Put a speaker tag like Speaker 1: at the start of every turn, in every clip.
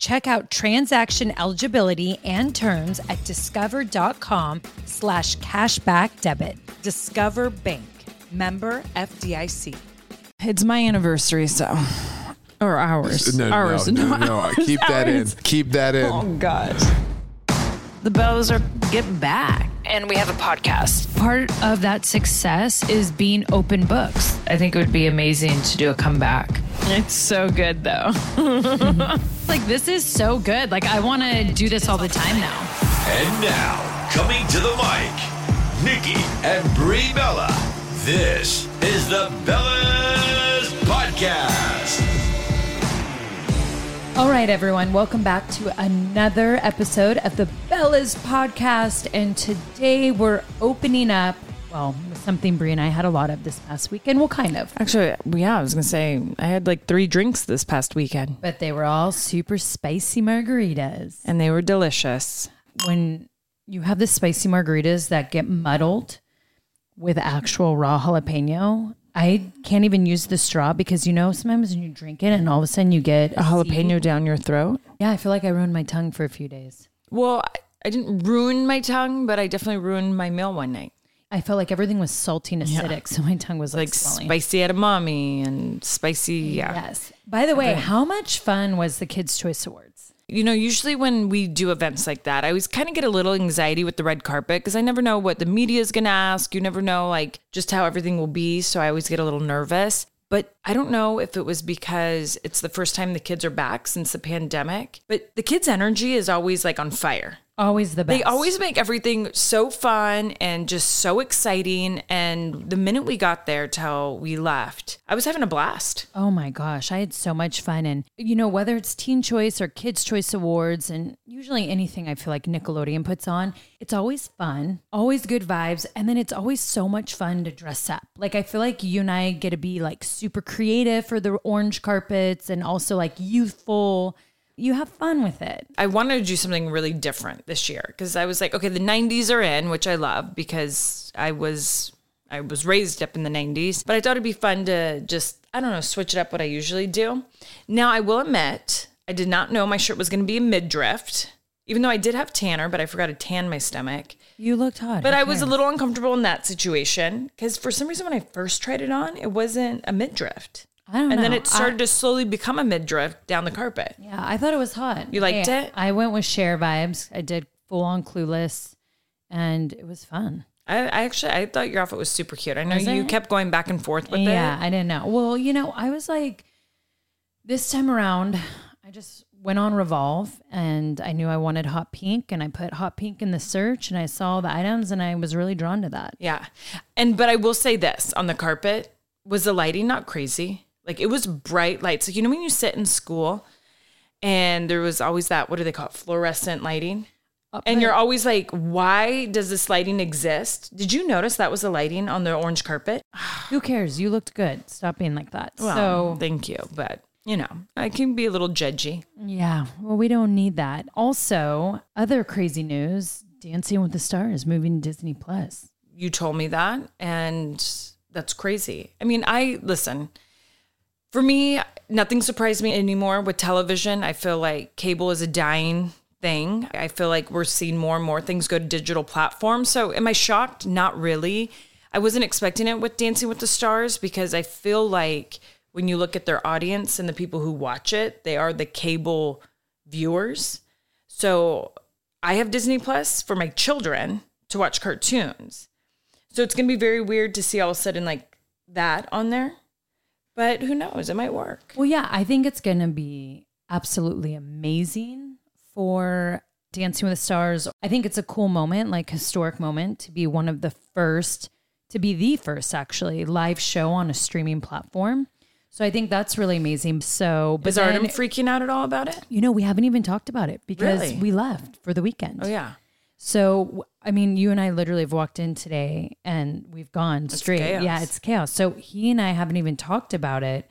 Speaker 1: Check out transaction eligibility and terms at discover.com slash cashback debit.
Speaker 2: Discover Bank, member FDIC. It's my anniversary, so. Or ours.
Speaker 3: No,
Speaker 2: ours.
Speaker 3: no, no,
Speaker 2: not
Speaker 3: no.
Speaker 2: ours.
Speaker 3: Keep that in.
Speaker 2: Ours.
Speaker 3: Keep that in.
Speaker 2: Oh, God.
Speaker 4: The Bows are get back. And we have a podcast. Part of that success is being open books. I think it would be amazing to do a comeback. It's so good though. like this is so good. Like I want to do this all the time now.
Speaker 5: And now, coming to the mic, Nikki and Brie Bella. This is the Bellas Podcast.
Speaker 1: All right, everyone, welcome back to another episode of the Bellas podcast. And today we're opening up, well, with something Brie and I had a lot of this past weekend. Well, kind of,
Speaker 6: Actually, yeah, I was gonna say I had like three drinks this past weekend,
Speaker 1: but they were all super spicy margaritas.
Speaker 6: and they were delicious.
Speaker 1: When you have the spicy margaritas that get muddled with actual raw jalapeno, I can't even use the straw because you know, sometimes when you drink it and all of a sudden you get
Speaker 6: A jalapeno down your throat.
Speaker 1: Yeah, I feel like I ruined my tongue for a few days.
Speaker 6: Well, I, I didn't ruin my tongue, but I definitely ruined my meal one night.
Speaker 1: I felt like everything was salty and acidic, so my tongue was like,
Speaker 6: Like
Speaker 1: swelling.
Speaker 6: spicy edamame and spicy. Yeah.
Speaker 1: Yes. By the way, how much fun was the Kids' Choice Awards?
Speaker 6: You know, usually when we do events like that, I always kind of get a little anxiety with the red carpet because I never know what the media is going to ask. You never know, like, just how everything will be. So I always get a little nervous. But I don't know if it was because it's the first time the kids are back since the pandemic, but the kids' energy is always like on fire.
Speaker 1: Always the best.
Speaker 6: They always make everything so fun and just so exciting. And the minute we got there till we left, I was having a blast.
Speaker 1: Oh my gosh, I had so much fun. And, you know, whether it's Teen Choice or Kids' Choice Awards, and usually anything I feel like Nickelodeon puts on, it's always fun, always good vibes. And then it's always so much fun to dress up. Like, I feel like you and I get to be like super creative for the orange carpets and also like youthful. You have fun with it.
Speaker 6: I wanted to do something really different this year because I was like, okay, the 90s are in, which I love because I was I was raised up in the 90s, but I thought it'd be fun to just I don't know, switch it up what I usually do. Now, I will admit, I did not know my shirt was going to be a midriff, even though I did have tanner, but I forgot to tan my stomach.
Speaker 1: You looked hot.
Speaker 6: But I was a little uncomfortable in that situation because for some reason when I first tried it on, it wasn't a midriff.
Speaker 1: I don't
Speaker 6: and
Speaker 1: know.
Speaker 6: then it
Speaker 1: I-
Speaker 6: started to slowly become a midriff down the carpet.
Speaker 1: Yeah, I thought it was hot.
Speaker 6: You liked
Speaker 1: Yeah,
Speaker 6: it?
Speaker 1: I went with share vibes. I did full on clueless, and it was fun.
Speaker 6: I, I actually I thought your outfit was super cute. I know
Speaker 1: Was
Speaker 6: you
Speaker 1: it?
Speaker 6: kept going back and forth with
Speaker 1: yeah,
Speaker 6: it.
Speaker 1: I didn't know. Well, you know, I was like, this time around, I just went on Revolve, and I knew I wanted hot pink, and I put hot pink in the search, and I saw the items, and I was really drawn to that.
Speaker 6: Yeah. And but I will say this on the carpet, was the lighting not crazy? Like it was bright lights. Like you know when you sit in school and there was always that what do they call it? Fluorescent lighting. And you're always like, why does this lighting exist? Did you notice that was the lighting on the orange carpet?
Speaker 1: Who cares? You looked good. Stop being like that.
Speaker 6: Well,
Speaker 1: so
Speaker 6: thank you, but you know, I can be a little judgy.
Speaker 1: Yeah. Well, we don't need that. Also, other crazy news Dancing with the Stars moving to Disney Plus.
Speaker 6: you told me that and that's crazy i mean i listen for me nothing surprised me anymore with television i feel like cable is a dying thing i feel like we're seeing more and more things go to digital platforms so am i shocked not really i wasn't expecting it with dancing with the stars because i feel like when you look at their audience and the people who watch it they are the cable viewers so i have disney plus for my children to watch cartoons so it's going to be very weird to see all of a sudden like that on there. But who knows? It might work.
Speaker 1: Well, yeah, I think it's going to be absolutely amazing for Dancing with the Stars. I think it's a cool moment, like historic moment, to be one of the first, to be the first actually live show on a streaming platform. So I think that's really amazing. So, but
Speaker 6: Is Artem
Speaker 1: then-
Speaker 6: freaking out at all about it?
Speaker 1: you know, we haven't even talked about it because
Speaker 6: Really?
Speaker 1: we left for the weekend.
Speaker 6: Oh yeah.
Speaker 1: So, w- I mean, you and I literally have walked in today and we've gone straight.
Speaker 6: chaos.
Speaker 1: Yeah, it's chaos. So, he and I haven't even talked about it.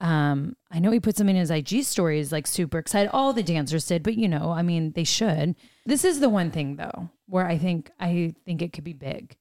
Speaker 1: Um, I know he put something in his IG stories, like super excited. All the dancers did, but you know, I mean, they should. This is the one thing though, where I think I think it could be big,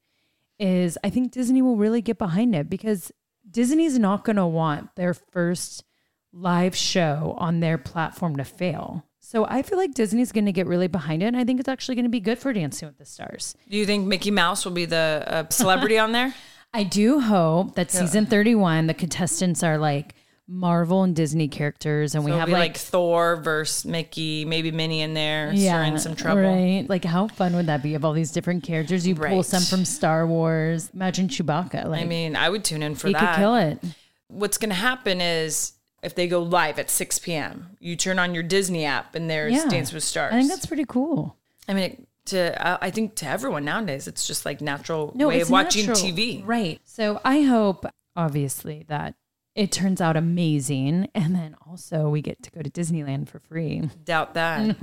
Speaker 1: is I think Disney will really get behind it because Disney's not going to want their first live show on their platform to fail. So I feel like Disney's going to get really behind it, and I think it's actually going to be good for Dancing with the Stars.
Speaker 6: Do you think Mickey Mouse will be the uh, celebrity on there?
Speaker 1: I do hope that season 31, the contestants are like Marvel and Disney characters, and we
Speaker 6: It'll
Speaker 1: have
Speaker 6: be like,
Speaker 1: like,
Speaker 6: Thor versus Mickey, maybe Minnie in there, yeah, in some trouble.
Speaker 1: Right. Like, how fun would that be of all these different characters? You pull
Speaker 6: Right.
Speaker 1: some from Star Wars. Imagine Chewbacca. Like,
Speaker 6: I mean, I would tune in for
Speaker 1: he
Speaker 6: that.
Speaker 1: could kill it.
Speaker 6: What's going to happen is if they go live at 6 p.m., you turn on your Disney app and there's
Speaker 1: Yeah.
Speaker 6: Dance with Stars.
Speaker 1: I think that's pretty cool.
Speaker 6: I mean, to I I think to everyone nowadays, it's just like natural
Speaker 1: no,
Speaker 6: way
Speaker 1: it's
Speaker 6: of watching
Speaker 1: natural.
Speaker 6: TV.
Speaker 1: Right. So I hope, obviously, that it turns out amazing. And then also we get to go to Disneyland for free.
Speaker 6: Doubt that.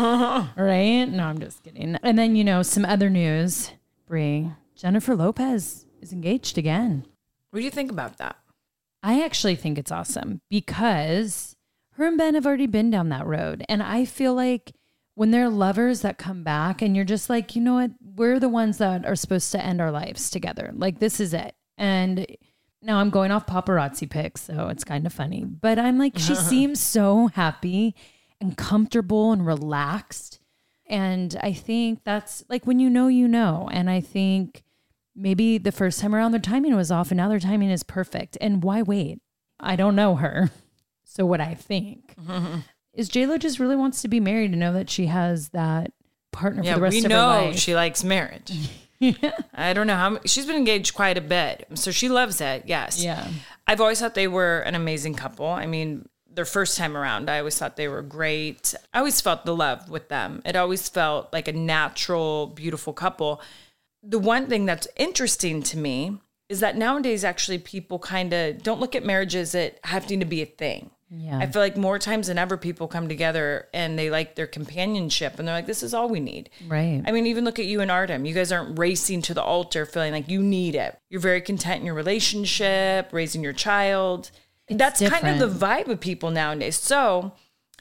Speaker 1: Right? No, I'm just kidding. And then, you know, some other news. Brie, Jennifer Lopez is engaged again.
Speaker 6: What do you think about that?
Speaker 1: I actually think it's awesome because her and Ben have already been down that road. And I feel like when there are lovers that come back and you're just like, you know what? We're the ones that are supposed to end our lives together. Like, this is it. And now I'm going off paparazzi pics, so it's kind of funny. But I'm like, she seems so happy and comfortable and relaxed. And I think that's like when you know, you know. And I think maybe the first time around their timing was off and now their timing is perfect. And why wait? I don't know her. So what I think is JLo just really wants to be married and know that she has that partner
Speaker 6: Yeah,
Speaker 1: for the rest
Speaker 6: we
Speaker 1: of
Speaker 6: know
Speaker 1: her life.
Speaker 6: she likes marriage. I don't know how m- she's been engaged quite a bit, so she loves it. Yes.
Speaker 1: Yeah.
Speaker 6: I've always thought they were an amazing couple. I mean, their first time around, I always thought they were great. I always felt the love with them. It always felt like a natural, beautiful couple. The one thing that's interesting to me is that nowadays, actually, people kind of don't look at marriage as it having to be a thing.
Speaker 1: yeah.
Speaker 6: I feel like more times than ever, people come together and they like their companionship and they're like, this is all we need.
Speaker 1: right.
Speaker 6: I mean, even look at you and Artem. You guys aren't racing to the altar feeling like you need it. You're very content in your relationship, raising your child. That's kind of
Speaker 1: different.
Speaker 6: the vibe of people nowadays. So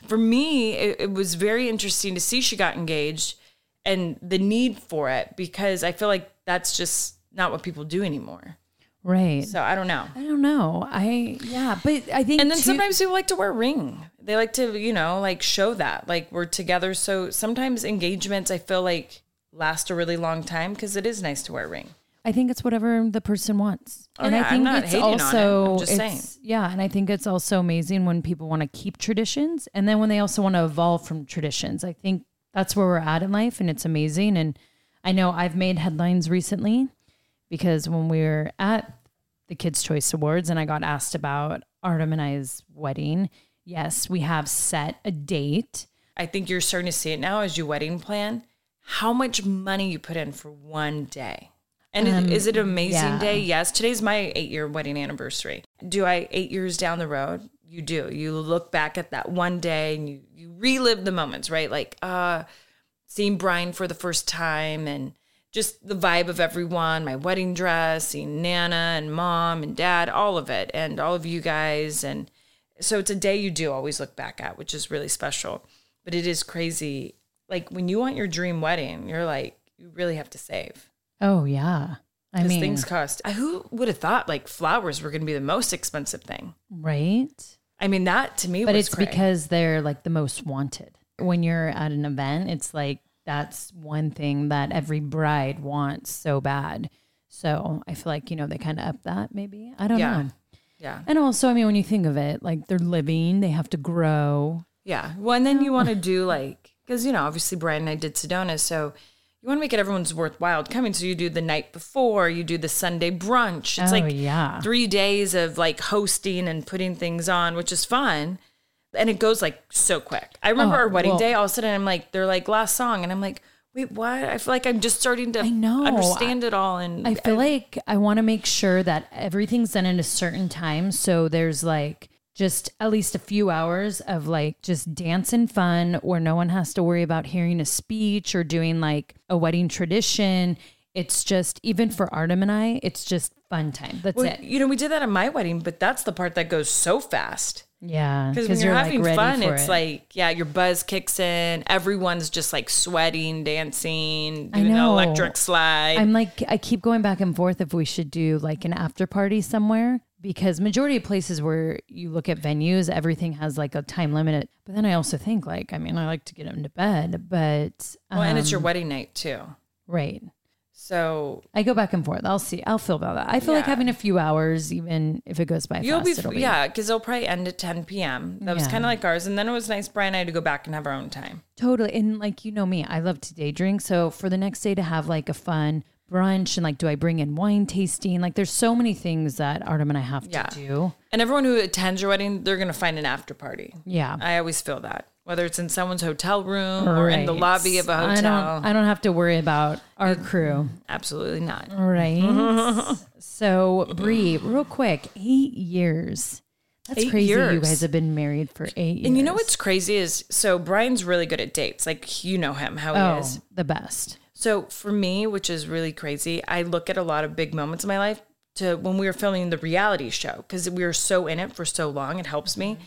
Speaker 6: for me, it, it was very interesting to see she got engaged and the need for it because I feel like that's just not what people do anymore.
Speaker 1: right.
Speaker 6: So I don't know.
Speaker 1: I don't know. I yeah, but I think
Speaker 6: And then
Speaker 1: too-
Speaker 6: sometimes people like to wear a ring. They like to, you know, like show that like we're together. So sometimes engagements, I feel like last a really long time because it is nice to wear a ring.
Speaker 1: I think it's whatever the person wants.
Speaker 6: Oh,
Speaker 1: and
Speaker 6: yeah,
Speaker 1: I
Speaker 6: I'm
Speaker 1: think
Speaker 6: not
Speaker 1: it's
Speaker 6: hating on it. I'm
Speaker 1: also
Speaker 6: just
Speaker 1: it's- yeah, and I think it's also amazing when people want to keep traditions and then when they also want to evolve from traditions. I think that's where we're at in life and it's amazing and I know I've made headlines recently because when we were at the Kids Choice Awards and I got asked about Artem and I's wedding, yes, we have set a date.
Speaker 6: I think you're starting to see it now as you wedding plan, how much money you put in for one day. And is- is it an amazing
Speaker 1: yeah.
Speaker 6: day? Yes. Today's my eight year wedding anniversary. Do I eight years down the road? You do. You look back at that one day and you, you relive the moments, right? Like uh seeing Brian for the first time and just the vibe of everyone, my wedding dress, seeing Nana and mom and dad, all of it, and all of you guys. And so it's a day you do always look back at, which is really special. But it is crazy Like when you want your dream wedding, you're like, you really have to save.
Speaker 1: Oh yeah. I
Speaker 6: Because
Speaker 1: mean,
Speaker 6: things cost. I- Who would have thought like flowers were going to be the most expensive thing?
Speaker 1: right?
Speaker 6: I mean, that to me
Speaker 1: But
Speaker 6: was
Speaker 1: it's
Speaker 6: cray.
Speaker 1: because they're like the most wanted. When you're at an event, it's like that's one thing that every bride wants so bad. So I feel like, you know, they kind of up that maybe. I don't
Speaker 6: Yeah.
Speaker 1: know.
Speaker 6: Yeah.
Speaker 1: And also, I mean, when you think of it, like they're living, they have to grow.
Speaker 6: Yeah. Well, and then you want to do like, because, you know, obviously Brian and I did Sedona. So you want to make it everyone's worthwhile coming. So you do the night before, you do the Sunday brunch. It's
Speaker 1: Oh,
Speaker 6: like
Speaker 1: yeah.
Speaker 6: three days of like hosting and putting things on, which is fun. And it goes like so quick. I remember
Speaker 1: Oh,
Speaker 6: our wedding
Speaker 1: well-
Speaker 6: day, all of a sudden I'm like, they're like, last song. And I'm like, wait, what? I feel like I'm just starting to
Speaker 1: I know.
Speaker 6: understand it all. And
Speaker 1: I feel like I want to make sure that everything's done in a certain time. So there's like just at least a few hours of like just dance and fun where no one has to worry about hearing a speech or doing like a wedding tradition. It's just, even for Artem and I, it's just fun time. That's
Speaker 6: Well,
Speaker 1: it.
Speaker 6: you know, we did that at my wedding, but that's the part that goes so fast.
Speaker 1: Yeah.
Speaker 6: Because when you're,
Speaker 1: like,
Speaker 6: having
Speaker 1: ready
Speaker 6: fun,
Speaker 1: for
Speaker 6: it's
Speaker 1: it.
Speaker 6: like, yeah, your buzz kicks in. Everyone's just like sweating, dancing,
Speaker 1: I
Speaker 6: doing the
Speaker 1: know.
Speaker 6: electric slide.
Speaker 1: I'm like, I keep going back and forth if we should do like an after party somewhere because majority of places where you look at venues, everything has like a time limit. But then I also think like, I mean, I like to get them to bed, but um,
Speaker 6: well, and it's your wedding night too.
Speaker 1: right.
Speaker 6: So
Speaker 1: I go back and forth. I'll see. I'll feel about that. I feel like
Speaker 6: Yeah.
Speaker 1: having a few hours, even if it goes by
Speaker 6: you'll
Speaker 1: fast,
Speaker 6: be,
Speaker 1: it'll be
Speaker 6: yeah, because they'll probably end at 10 p.m. That was
Speaker 1: Yeah.
Speaker 6: kind of like ours. And then it was nice, Brian and I, to go back and have our own time.
Speaker 1: Totally. And like, you know me, I love to day drink. So for the next day to have like a fun brunch and like, do I bring in wine tasting? Like, there's so many things that Artem and I have
Speaker 6: Yeah.
Speaker 1: to do.
Speaker 6: And everyone who attends your wedding, they're going to find an after party.
Speaker 1: Yeah.
Speaker 6: I always feel that, whether it's in someone's hotel room or in the
Speaker 1: Right.
Speaker 6: lobby of a
Speaker 1: I
Speaker 6: hotel.
Speaker 1: don't, I don't have to worry about our crew.
Speaker 6: Absolutely not.
Speaker 1: All right. so, Brie, real quick, eight years. That's
Speaker 6: Eight
Speaker 1: crazy. You
Speaker 6: years.
Speaker 1: guys have been married for eight years.
Speaker 6: And you know what's crazy is so Brian's really good at dates. Like you know him, how he
Speaker 1: Oh,
Speaker 6: is.
Speaker 1: the best.
Speaker 6: So for me, which is really crazy, I look at a lot of big moments in my life to when we were filming the reality show because we were so in it for so long. It helps me.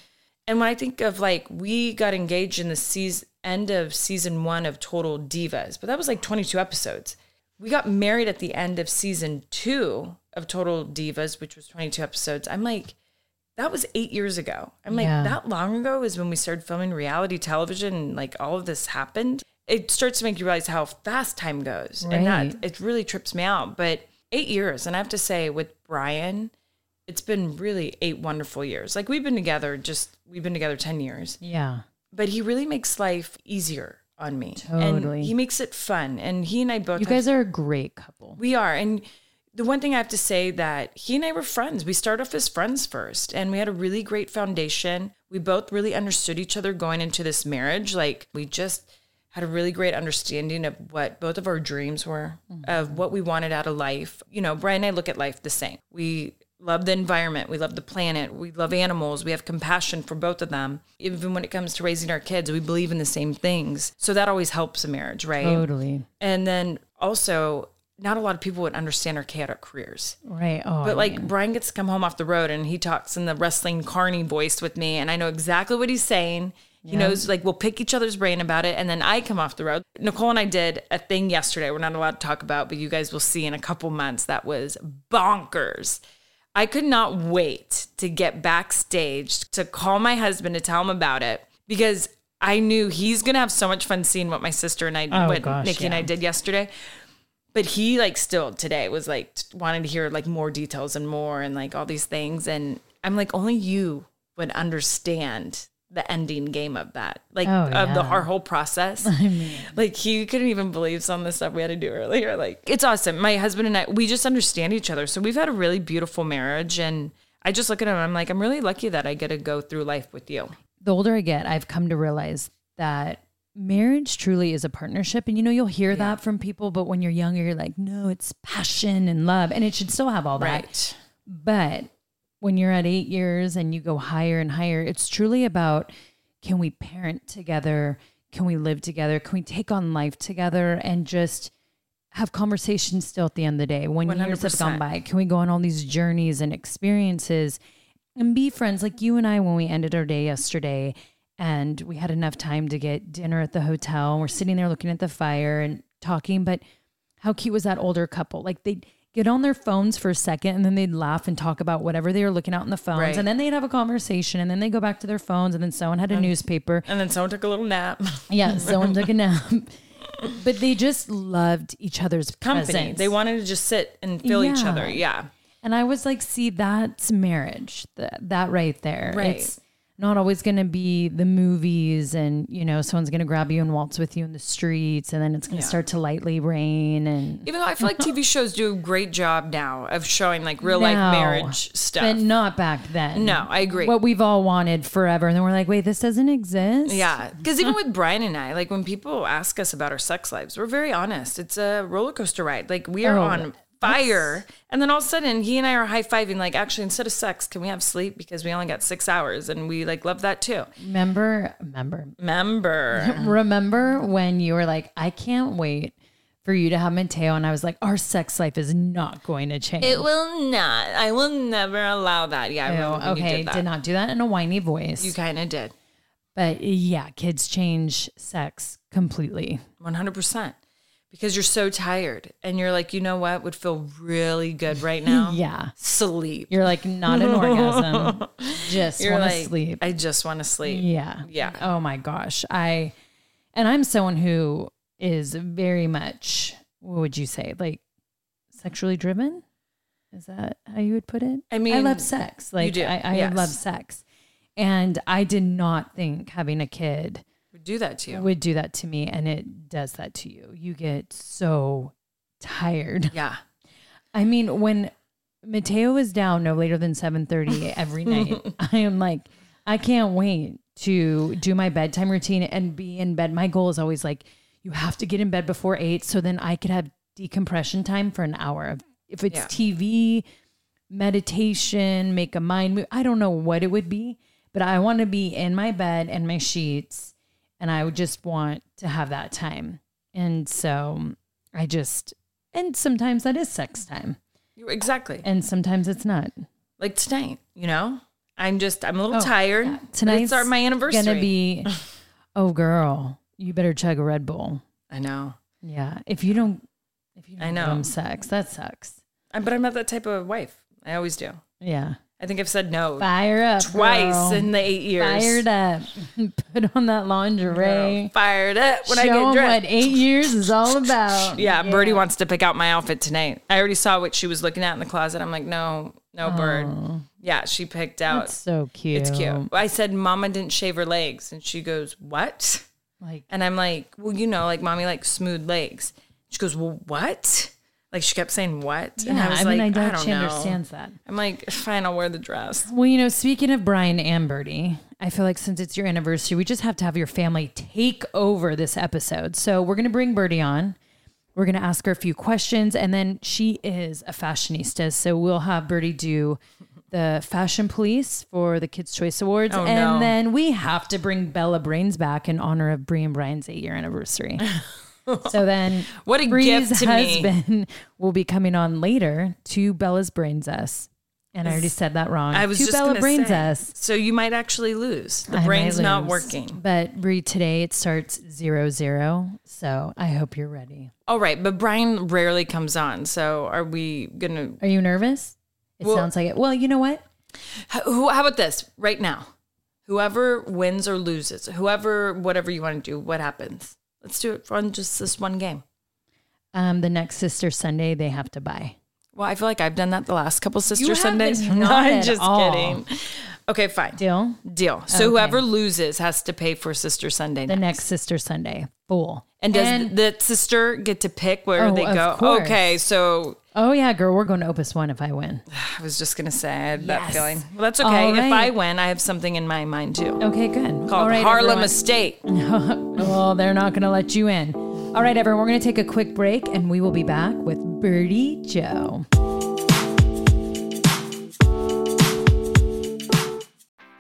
Speaker 6: And when I think of like we got engaged in the season end of season one of Total Divas, but that was like 22 episodes. We got married at the end of season two of Total Divas, which was 22 episodes. I'm like, that was eight years ago. I'm like,
Speaker 1: Yeah.
Speaker 6: that long ago is when we started filming reality television and like all of this happened. It starts to make you realize how fast time goes. And
Speaker 1: Right.
Speaker 6: that it really trips me out. But eight years, and I have to say with Brian, it's been really eight wonderful years. Like we've been together just we've been together ten years.
Speaker 1: Yeah.
Speaker 6: But he really makes life easier on me.
Speaker 1: Totally.
Speaker 6: And he makes it fun. And he and I both
Speaker 1: You
Speaker 6: have
Speaker 1: guys are a great couple.
Speaker 6: we are. And the one thing I have to say that he and I were friends. We started off as friends first, and we had a really great foundation. We both really understood each other going into this marriage. Like, we just had a really great understanding of what both of our dreams were, of what we wanted out of life. You know, Brian and I look at life the same. We love the environment, we love the planet, we love animals, we have compassion for both of them. Even when it comes to raising our kids, we believe in the same things. So that always helps a marriage, right?
Speaker 1: Totally.
Speaker 6: And then also, not a lot of people would understand our chaotic careers.
Speaker 1: Right. Oh,
Speaker 6: But like Brian gets to come home off the road and he talks in the wrestling carny voice with me, and I know exactly what he's saying. He knows like we'll pick each other's brain about it, and then I come off the road. Nicole and I did a thing yesterday. We're not allowed to talk about, but you guys will see in a couple months. That was bonkers. I could not wait to get backstage to call my husband to tell him about it because I knew he's gonna have so much fun seeing what my sister and I,
Speaker 1: Oh,
Speaker 6: what
Speaker 1: gosh,
Speaker 6: Nikki and
Speaker 1: yeah.
Speaker 6: I did yesterday. But he like still today was like t- wanted to hear like more details and more and like all these things and I'm like only you would understand the ending game of that like
Speaker 1: Oh,
Speaker 6: of the
Speaker 1: yeah.
Speaker 6: our whole process. I mean, like he couldn't even believe some of the stuff we had to do earlier. Like it's awesome. My husband and I, we just understand each other. So we've had a really beautiful marriage, and I just look at him. and I'm like, I'm really lucky that I get to go through life with you.
Speaker 1: the older I get, I've come to realize that marriage truly is a partnership. And you know, you'll hear that from people, but when you're younger, you're like, no, it's passion and love. And it should still have all that. But when you're at eight years and you go higher and higher, it's truly about can we parent together? Can we live together? Can we take on life together and just have conversations still at the end of the day when years have gone
Speaker 6: 100%.
Speaker 1: by? Can we go on all these journeys and experiences and be friends like you and I when we ended our day yesterday? and we had enough time to get dinner at the hotel and we're sitting there looking at the fire and talking but how cute was that older couple like they'd get on their phones for a second and then they'd laugh and talk about whatever they were looking at on the phones
Speaker 6: Right.
Speaker 1: and then they'd have a conversation and then they go back to their phones and then someone
Speaker 6: Um,
Speaker 1: had a newspaper
Speaker 6: And then someone took a little nap.
Speaker 1: yeah someone took a nap but they just loved each other's
Speaker 6: Company.
Speaker 1: presence.
Speaker 6: They wanted to just sit and fill each
Speaker 1: Yeah.
Speaker 6: other. Yeah.
Speaker 1: And I was like, see, that's marriage. That, that right there.
Speaker 6: Right.
Speaker 1: It's not always going to be the movies and, you know, someone's going to grab you and waltz with you in the streets and then it's going to start to lightly rain and
Speaker 6: Even though I feel like TV shows do a great job now of showing like real
Speaker 1: Now.
Speaker 6: life marriage stuff.
Speaker 1: But not back then.
Speaker 6: No, I agree.
Speaker 1: What we've all wanted forever. And then we're like, wait, this doesn't exist.
Speaker 6: Yeah, because even with Brian and I, like when people ask us about our sex lives, we're very honest. It's a roller coaster ride. Like we are
Speaker 1: Oh,
Speaker 6: on fire, and then all of a sudden, he and I are high fiving. Like, actually, instead of sex, can we have sleep because we only got six hours, and we like love that too.
Speaker 1: Remember, remember,
Speaker 6: Remember,
Speaker 1: remember when you were like, I can't wait for you to have Mateo. And I was like, our sex life is not going to change.
Speaker 6: it will not. I will never allow that. Yeah, I remember when
Speaker 1: Oh, okay.
Speaker 6: you did
Speaker 1: Did,
Speaker 6: that.
Speaker 1: not do that in a whiny voice.
Speaker 6: You kind of did,
Speaker 1: But yeah, kids change sex completely.
Speaker 6: one hundred percent. Because you're so tired, and you're like, you know what would feel really good right now?
Speaker 1: Yeah.
Speaker 6: sleep.
Speaker 1: You're like not an orgasm. Just
Speaker 6: You're
Speaker 1: want to
Speaker 6: like,
Speaker 1: sleep.
Speaker 6: I just want to sleep.
Speaker 1: yeah.
Speaker 6: Yeah.
Speaker 1: Oh my gosh. I and I'm someone who is very much what would you say? Like sexually driven? Is that how you would put it?
Speaker 6: I
Speaker 1: I
Speaker 6: mean,
Speaker 1: love sex. Like
Speaker 6: do,
Speaker 1: I, I
Speaker 6: yes.
Speaker 1: love sex. And I did not think having a kid
Speaker 6: would do that to you.
Speaker 1: would do that to me and it does that to you. You get so tired.
Speaker 6: yeah.
Speaker 1: I mean, when Mateo is down no later than 7:30 every night, I am like I can't wait to do my bedtime routine and be in bed. My goal is always like you have to get in bed before 8 so then I could have decompression time for an hour. If it's
Speaker 6: Yeah.
Speaker 1: TV, meditation, make a mind move, I don't know what it would be, but I want to be in my bed and my sheets and I would just want to have that time. And so I just and sometimes that is sex time.
Speaker 6: You- Exactly.
Speaker 1: And sometimes it's not.
Speaker 6: Like tonight, you know? I'm just, I'm a little tired. but
Speaker 1: Oh, Tonight's
Speaker 6: It's our, my anniversary.
Speaker 1: gonna be oh girl, you better chug a Red Bull.
Speaker 6: I know.
Speaker 1: Yeah. If you don't if you don't
Speaker 6: I know.
Speaker 1: give 'em sex, that sucks.
Speaker 6: I, but I'm not that type of wife. I always do.
Speaker 1: Yeah.
Speaker 6: I think I've said no
Speaker 1: Fire up.
Speaker 6: twice
Speaker 1: girl.
Speaker 6: in the eight years.
Speaker 1: Fired up. Put on that lingerie.
Speaker 6: Fired up when
Speaker 1: Show
Speaker 6: I
Speaker 1: 'em
Speaker 6: get dressed.
Speaker 1: what eight years is all about.
Speaker 6: yeah, Birdie wants to pick out my outfit tonight. I already saw what she was looking at in the closet. I'm like, no, no, Bird. Yeah, she picked out.
Speaker 1: That's so cute.
Speaker 6: it's cute. I said, Mama didn't shave her legs. And she goes, What?
Speaker 1: Like
Speaker 6: And I'm like, well, you know, like mommy likes smooth legs. She goes, well, what? Like she kept saying what? and
Speaker 1: yeah, I, mean I
Speaker 6: like,
Speaker 1: doubt she
Speaker 6: know."
Speaker 1: understands that.
Speaker 6: I'm like, fine, I'll wear the dress.
Speaker 1: Well, you know, speaking of Brian and Birdie, I feel like since it's your anniversary, we just have to have your family take over this episode. So we're going to bring Birdie on. We're going to ask her a few questions, and then she is a fashionista. So we'll have Birdie do the fashion police for the Kids' Choice Awards.
Speaker 6: Oh,
Speaker 1: and
Speaker 6: no.
Speaker 1: then we have to bring Bella Brains back in honor of Bree and Brian's eight year anniversary. so then
Speaker 6: What a
Speaker 1: Bree's
Speaker 6: gift to me.
Speaker 1: husband will be coming on later to Bella's Brains Us. And I already said that wrong.
Speaker 6: I was
Speaker 1: to
Speaker 6: just
Speaker 1: Bella
Speaker 6: gonna
Speaker 1: Brains
Speaker 6: say,
Speaker 1: Us.
Speaker 6: So you might actually lose. The
Speaker 1: I might
Speaker 6: brain's not
Speaker 1: lose.
Speaker 6: working.
Speaker 1: But Bree, today it starts zero zero. So I hope you're ready.
Speaker 6: All right, but Brian rarely comes on. So are we gonna?
Speaker 1: Are you nervous? It
Speaker 6: Well-
Speaker 1: sounds like it. Well, you know what?
Speaker 6: H- Who? How about this? Right now, whoever wins or loses, whoever, whatever you want to do, what happens? Let's do it on just this one game.
Speaker 1: Um, the next Sister Sunday they have to buy.
Speaker 6: Well, I feel like I've done that the last couple sister
Speaker 1: haven't,
Speaker 6: Sundays.
Speaker 1: not
Speaker 6: I'm
Speaker 1: at
Speaker 6: just
Speaker 1: all.
Speaker 6: kidding. Okay, fine. Deal.
Speaker 1: Deal?
Speaker 6: So whoever loses has to pay for sister Sunday
Speaker 1: The
Speaker 6: night.
Speaker 1: next Sister Sunday. Fool.
Speaker 6: And does the sister get to pick where
Speaker 1: Oh,
Speaker 6: they
Speaker 1: of
Speaker 6: go?
Speaker 1: course.
Speaker 6: Okay, so
Speaker 1: Oh yeah, girl, we're going to Opus One if I win.
Speaker 6: I was just gonna say I had that
Speaker 1: Yes.
Speaker 6: feeling. Well, that's
Speaker 1: All
Speaker 6: okay. If I
Speaker 1: right.
Speaker 6: win, I have something in my mind too.
Speaker 1: Okay, good.
Speaker 6: Called
Speaker 1: All right,
Speaker 6: Harlem
Speaker 1: Oh. everyone.
Speaker 6: Estate.
Speaker 1: Oh, they're not going to let you in. All right, everyone, we're going to take a quick break and we will be back with Birdie Joe.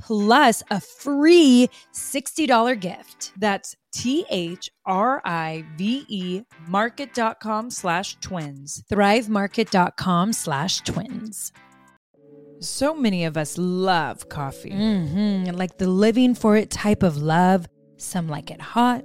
Speaker 1: plus a free $60 gift.
Speaker 6: That's T H R I V E market.com slash twins.
Speaker 1: Thrivemarket.com slash twins.
Speaker 6: So many of us love coffee.
Speaker 1: Mm-hmm. Like the living for it type of love. Some like it hot,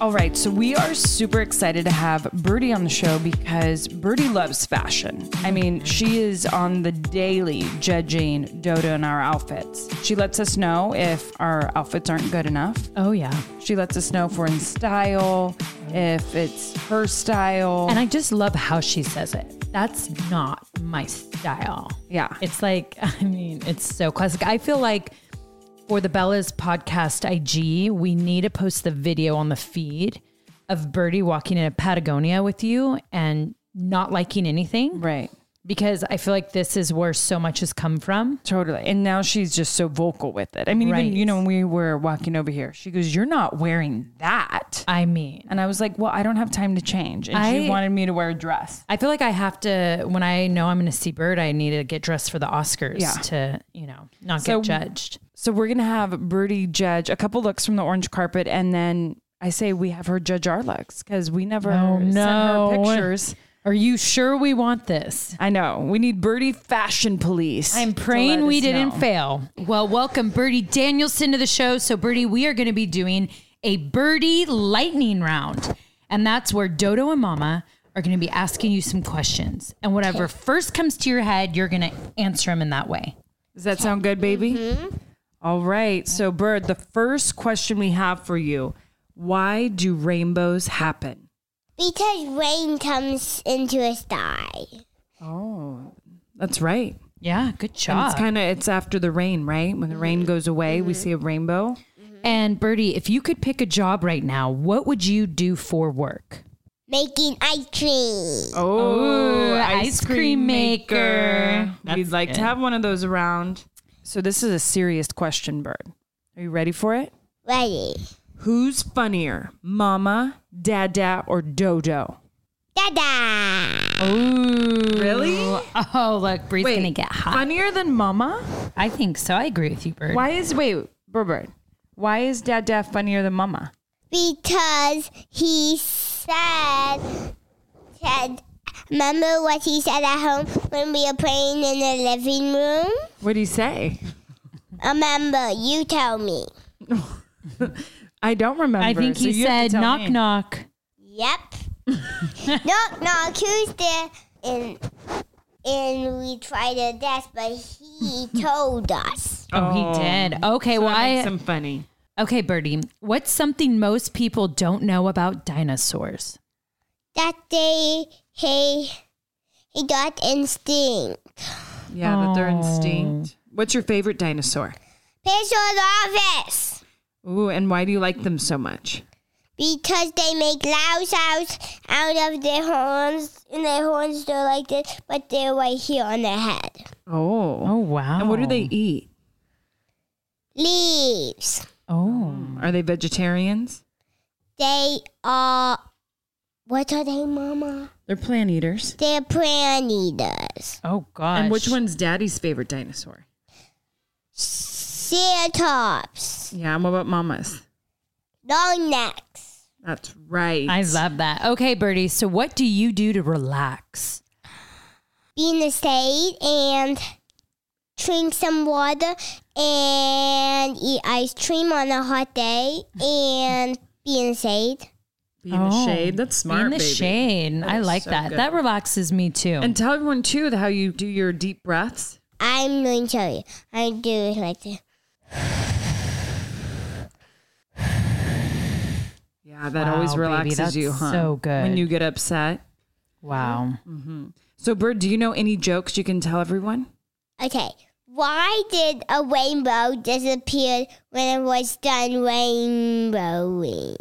Speaker 6: All right, so we are super excited to have Birdie on the show because Birdie loves fashion. I mean, she is on the daily judging Dodo and our outfits. She lets us know if our outfits aren't good enough.
Speaker 1: Oh yeah.
Speaker 6: She lets us know if we're in style, if it's her style.
Speaker 1: And I just love how she says it. That's not my style.
Speaker 6: Yeah.
Speaker 1: It's like, I mean, it's so classic. I feel like for the Bella's podcast IG, we need to post the video on the feed of Birdie walking into Patagonia with you and not liking anything.
Speaker 6: Right.
Speaker 1: Because I feel like this is where so much has come from.
Speaker 6: Totally. And now she's just so vocal with it. I mean,
Speaker 1: Right.
Speaker 6: even, you know, when we were walking over here, she goes, You're not wearing that.
Speaker 1: I mean,
Speaker 6: And I was like, Well, I don't have time to change. And
Speaker 1: I-
Speaker 6: she wanted me to wear a dress.
Speaker 1: I feel like I have to when I know I'm going to see Bird, I need to get dressed for the Oscars
Speaker 6: Yeah.
Speaker 1: to, you know, not
Speaker 6: So-
Speaker 1: get judged.
Speaker 6: So we're going to have Birdie judge a couple looks from the orange carpet. And then I say we have her judge our looks because we never
Speaker 1: Oh,
Speaker 6: sent her
Speaker 1: no.
Speaker 6: pictures.
Speaker 1: Are you sure we want this?
Speaker 6: I know. We need Birdie fashion police.
Speaker 1: I'm
Speaker 6: to
Speaker 1: praying
Speaker 6: let
Speaker 1: we
Speaker 6: us
Speaker 1: didn't
Speaker 6: know.
Speaker 1: fail. Well, welcome Birdie Danielson to the show. So, Birdie, we are going to be doing a Birdie lightning round. And that's where Dodo and Mama are going to be asking you some questions. And whatever first comes to your head, you're going to answer them in that way.
Speaker 6: Does that sound good, baby? All right. So, Bird, the first question we have for you why do rainbows happen?
Speaker 3: Because rain comes into a sky.
Speaker 6: Oh, that's right.
Speaker 1: Yeah, good
Speaker 6: And
Speaker 1: job.
Speaker 6: it's kind of it's after the rain, right? When the rain goes away, we see a rainbow.
Speaker 1: and Birdie, if you could pick a job right now, what would you do for work?
Speaker 3: Making ice cream.
Speaker 6: Oh,
Speaker 1: Ooh, ice cream maker.
Speaker 6: We'd
Speaker 1: That's
Speaker 6: like to
Speaker 1: good.
Speaker 6: have one of those around. So this is a serious question, Bird. Are you ready for it?
Speaker 3: Ready.
Speaker 6: Who's funnier, Mama, Dada, or Dodo?
Speaker 3: Dada.
Speaker 6: Really?
Speaker 1: Oh, look, Bree's going to get hot.
Speaker 6: Funnier than Mama?
Speaker 1: I think so. I agree with you, Bird.
Speaker 6: Why is wait, Burbird? Why is Dad Dad funnier than Mama?
Speaker 3: Because he said, said, remember what he said at home when we were playing in the living room?
Speaker 6: What do you say?
Speaker 3: Remember, you tell me.
Speaker 6: I don't remember.
Speaker 1: I think
Speaker 6: so
Speaker 1: he
Speaker 6: you have
Speaker 1: said
Speaker 6: to tell
Speaker 1: knock
Speaker 6: me.
Speaker 1: knock.
Speaker 3: Yep. knock, knock, who's there? And, and we tried our best, but he told us.
Speaker 1: Oh, he did. Okay, well, I
Speaker 6: Makes him funny.
Speaker 1: okay, Birdie. What's something most people don't know about dinosaurs?
Speaker 3: That day, he, he got instinct.
Speaker 6: Yeah, that they're instinct. What's your favorite dinosaur?
Speaker 3: Pictures
Speaker 6: Ooh, and why do you like them so much?
Speaker 3: because they make loud sounds out of their horns, and their horns are like this, but they're right here on their head.
Speaker 6: Oh.
Speaker 1: Oh wow!
Speaker 6: And what do they eat?
Speaker 3: Leaves.
Speaker 1: Oh,
Speaker 6: Are they vegetarians?
Speaker 3: They are. What are they, Mama?
Speaker 6: They're plant eaters.
Speaker 3: They're plant eaters.
Speaker 1: oh gosh.
Speaker 6: And which one's Daddy's favorite dinosaur?
Speaker 3: Ceratops.
Speaker 6: Yeah, and what about Mama's?
Speaker 3: Long necks.
Speaker 6: That's right.
Speaker 1: I love that. Okay, Birdie. So, what do you do to relax?
Speaker 3: Be in the shade and drink some water and eat ice cream on a hot day and be in the shade.
Speaker 6: Be in the
Speaker 1: Oh,
Speaker 6: shade. That's
Speaker 1: Be
Speaker 6: smart.
Speaker 1: in the
Speaker 6: baby.
Speaker 1: shade.
Speaker 6: That
Speaker 1: I
Speaker 6: is
Speaker 1: like
Speaker 6: so
Speaker 1: that.
Speaker 6: good.
Speaker 1: That relaxes me too.
Speaker 6: And tell everyone too how you do your deep breaths.
Speaker 3: I'm going to show you. I do it like this.
Speaker 6: Yeah, that
Speaker 1: Wow,
Speaker 6: always
Speaker 1: baby,
Speaker 6: relaxes
Speaker 1: that's
Speaker 6: you, huh?
Speaker 1: so good.
Speaker 6: When you get upset.
Speaker 1: wow.
Speaker 6: So, Bird, do you know any jokes you can tell everyone?
Speaker 3: Okay. Why did a rainbow disappear when it was done rainbowing?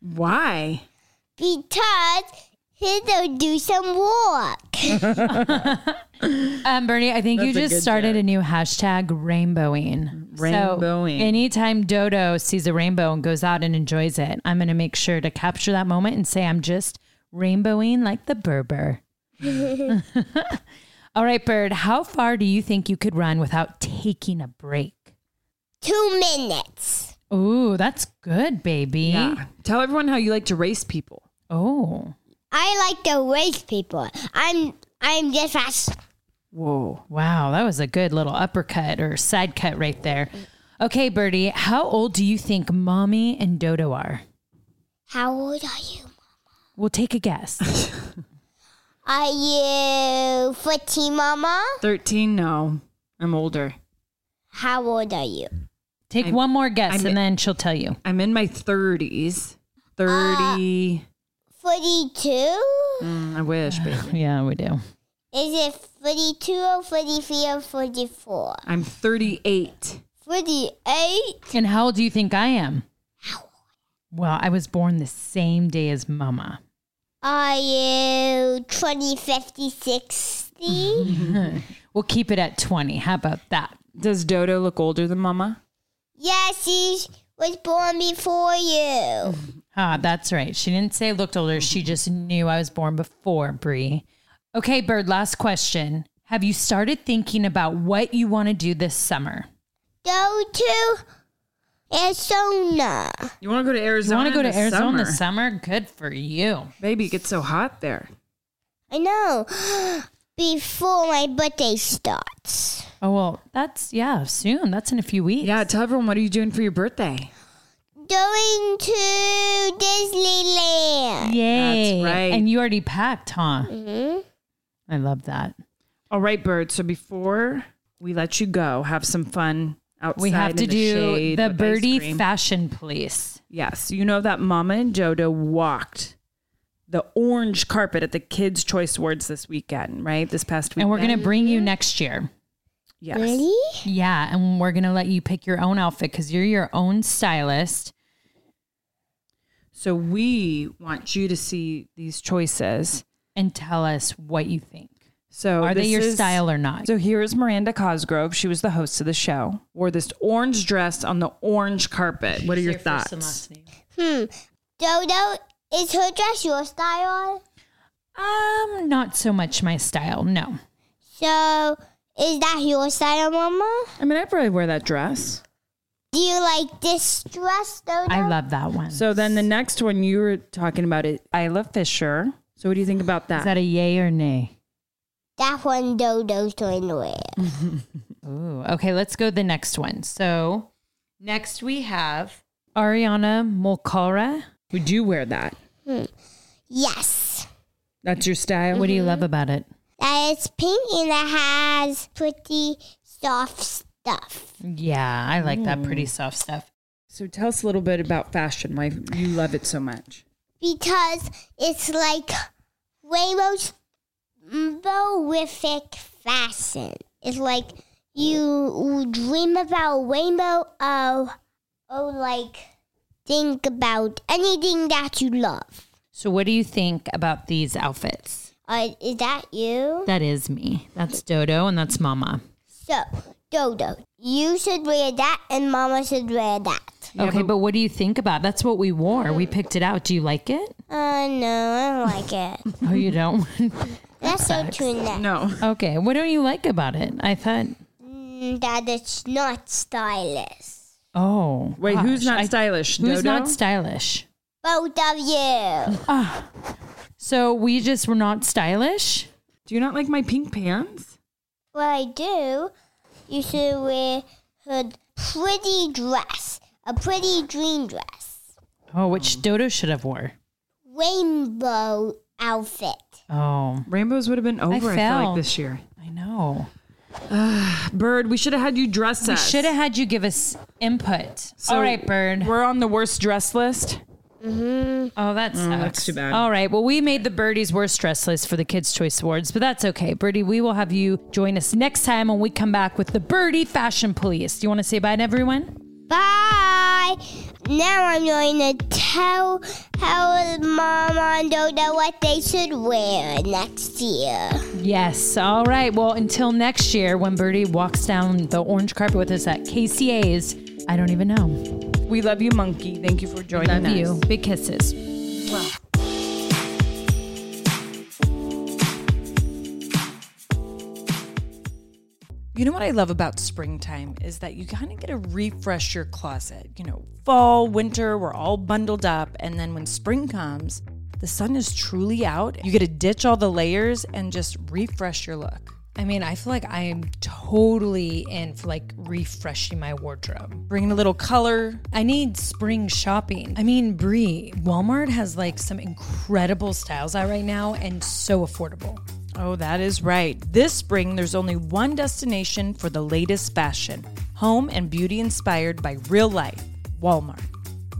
Speaker 6: Why?
Speaker 3: Because he'll do some work.
Speaker 1: Um, Bernie, I think you just started a new hashtag rainbowing.
Speaker 6: Rainbowing.
Speaker 1: So anytime Dodo sees a rainbow and goes out and enjoys it, I'm going to make sure to capture that moment and say, I'm just rainbowing like the Berber. All right, Bird, how far do you think you could run without taking a break?
Speaker 3: Two minutes.
Speaker 1: Ooh, that's good, baby.
Speaker 6: Tell everyone how you like to race people.
Speaker 1: Oh,
Speaker 3: I like to race people. I'm I'm just fast.
Speaker 6: Whoa.
Speaker 1: wow. That was a good little uppercut or side cut right there. Okay, Birdie, how old do you think mommy and Dodo are?
Speaker 3: How old are you?
Speaker 1: We'll take a guess.
Speaker 3: Are you 14, Mama?
Speaker 6: 13? No. I'm older.
Speaker 3: How old are you?
Speaker 1: Take one more guess
Speaker 6: I'm-
Speaker 1: and then she'll tell you.
Speaker 6: I'm in my 30s. 30.
Speaker 3: 42?
Speaker 6: I wish, baby.
Speaker 1: Yeah, we do.
Speaker 3: Is it 42 or 43 or 44?
Speaker 6: I'm 38.
Speaker 3: 48?
Speaker 1: And how old do you think I am? Well, I was born the same day as Mama.
Speaker 3: Are you 20, 50, 60?
Speaker 1: We'll keep it at 20. How about that?
Speaker 6: Does Dodo look older than Mama?
Speaker 3: yes, she was born before you.
Speaker 1: Ah, that's right. She didn't say looked older. She just knew I was born before Bree. Okay, Bird, last question. Have you started thinking about what you want to do this summer?
Speaker 3: Go to Arizona.
Speaker 6: You want to go to
Speaker 1: You
Speaker 6: Arizona?
Speaker 1: want to go to Arizona this summer? Good for you.
Speaker 6: Baby, it gets so hot there.
Speaker 3: I know. Before my birthday starts.
Speaker 1: Oh, well, that's, yeah, soon. That's in a few weeks.
Speaker 6: Yeah, tell everyone what are you doing for your birthday?
Speaker 3: Going to Disneyland.
Speaker 1: Yay.
Speaker 6: That's right. Mm-hmm.
Speaker 1: And you already packed, huh? I love that.
Speaker 6: All right, Bird. So before we let you go, have some fun outside.
Speaker 1: We have
Speaker 6: in
Speaker 1: to
Speaker 6: the
Speaker 1: do
Speaker 6: shade
Speaker 1: the
Speaker 6: with ice
Speaker 1: birdie
Speaker 6: cream.
Speaker 1: fashion police.
Speaker 6: yes, you know that Mama and Dodo walked the orange carpet at the Kids Choice Awards this weekend, right? This past weekend,
Speaker 1: And we're going to bring
Speaker 6: Mm-hmm.
Speaker 1: you next year.
Speaker 6: yes.
Speaker 3: Really?
Speaker 1: Yeah. And we're going to let you pick your own outfit because you're your own stylist.
Speaker 6: So we want you to see these choices.
Speaker 1: and tell us what you think.
Speaker 6: So
Speaker 1: Are they
Speaker 6: Oh, this
Speaker 1: your
Speaker 6: is-
Speaker 1: style or not?
Speaker 6: So here is Miranda Cosgrove. She was the host of the show. Wore this orange dress on the orange carpet. What are your thoughts?
Speaker 3: Hmm. Dodo, is her dress your style?
Speaker 1: Um, not so much my style. No.
Speaker 3: So, is that your style, Mama?
Speaker 6: I mean, I'd probably wear that dress.
Speaker 3: Do you like this dress, Dodo?
Speaker 1: I love that one.
Speaker 6: So then the next one you were talking about is Isla Fisher. So what do you think about that?
Speaker 1: Is that a yay or nay?
Speaker 3: that one Dodo's going to wear.
Speaker 1: Ooh. Okay, let's go to the next one. So next we have Ariana Mulcara.
Speaker 6: Would you wear that?
Speaker 3: Yes.
Speaker 6: That's your style.
Speaker 1: What do you love about it?
Speaker 3: That is pink and it has pretty soft stuff.
Speaker 1: Yeah, I like that pretty soft stuff. Mm-hmm.
Speaker 6: So tell us a little bit about fashion. Why you love it so much?
Speaker 3: Because it's like rainbow's rainbowific fashion. It's like you dream about rainbow or, or like think about anything that you love.
Speaker 1: So what do you think about these outfits?
Speaker 3: Uh, is that you?
Speaker 1: That is me. That's Dodo and that's Mama.
Speaker 3: So, Dodo, you should wear that and Mama should wear that.
Speaker 1: okay, but, what do you think about? That's what we wore. We picked it out. Do you like it?
Speaker 3: Uh, no, I don't like it.
Speaker 1: Oh, you don't.
Speaker 3: That's so true now.
Speaker 6: No.
Speaker 1: okay, what don't you like about it? I thought
Speaker 3: Mm, That it's not stylish.
Speaker 1: Oh.
Speaker 6: Wait, who's
Speaker 1: gosh.
Speaker 6: not
Speaker 1: I-
Speaker 6: stylish?
Speaker 1: Who's
Speaker 6: Dodo?
Speaker 1: not stylish? Ah,
Speaker 3: Both of you.
Speaker 1: So we just were not stylish?
Speaker 6: do you not like my pink pants?
Speaker 3: Well, I do. You should wear her pretty dress, a pretty dream dress,
Speaker 1: Oh, which Dodo should have wore.
Speaker 3: rainbow outfit.
Speaker 1: Oh.
Speaker 6: Rainbows would have been over. I, feel
Speaker 1: fell.
Speaker 6: like this year.
Speaker 1: I know.
Speaker 6: Bird, we should have had you dress
Speaker 1: We
Speaker 6: us.
Speaker 1: should have had you give us input.
Speaker 6: So
Speaker 1: All right, Bird.
Speaker 6: We're on the worst dress list.
Speaker 1: Oh, that sucks.
Speaker 6: that's too bad.
Speaker 1: All right. Well, we made the Birdies worst dress list for the Kids' Choice Awards, but that's okay. Birdie, we will have you join us next time when we come back with the Birdie Fashion Police. Do you want to say bye to everyone?
Speaker 3: Bye. Now I'm going to tell how Mama and Dodo what they should wear next year.
Speaker 1: Yes. All right. Well, until next year when Birdie walks down the orange carpet with us at KCA's, I don't even know.
Speaker 6: We love you, monkey. Thank you for joining
Speaker 1: Love
Speaker 6: us.
Speaker 1: you. Big kisses.
Speaker 7: You know what I love about springtime is that you kind of get to refresh your closet. You know, fall, winter, we're all bundled up. And then when spring comes, the sun is truly out. You get to ditch all the layers and just refresh your look.
Speaker 1: I mean, I feel like I am totally in for like refreshing my wardrobe.
Speaker 7: Bringing a little color.
Speaker 1: I need spring shopping. I mean, Brie, Walmart has like some incredible styles out right now and so affordable.
Speaker 7: Oh, that is right. This spring, there's only one destination for the latest fashion home and beauty inspired by real life Walmart.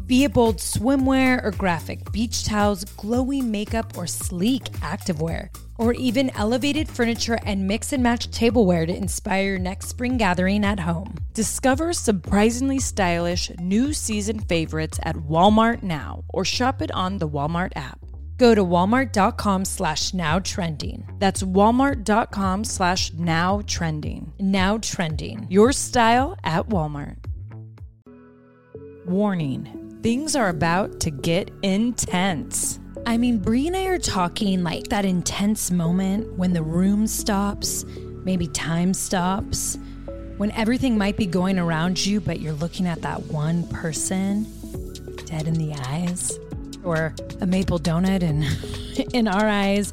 Speaker 8: Be it bold swimwear or graphic beach towels, glowy makeup or sleek activewear, or even elevated furniture and mix and match tableware to inspire your next spring gathering at home. Discover surprisingly stylish new season favorites at Walmart now or shop it on the Walmart app. Go to walmart.com slash now trending. That's walmart.com slash now trending.
Speaker 1: Now trending.
Speaker 8: Your style at Walmart. Warning things are about to get intense.
Speaker 1: I mean, Brie and I are talking like that intense moment when the room stops, maybe time stops, when everything might be going around you, but you're looking at that one person dead in the eyes, or a maple donut in, in our eyes.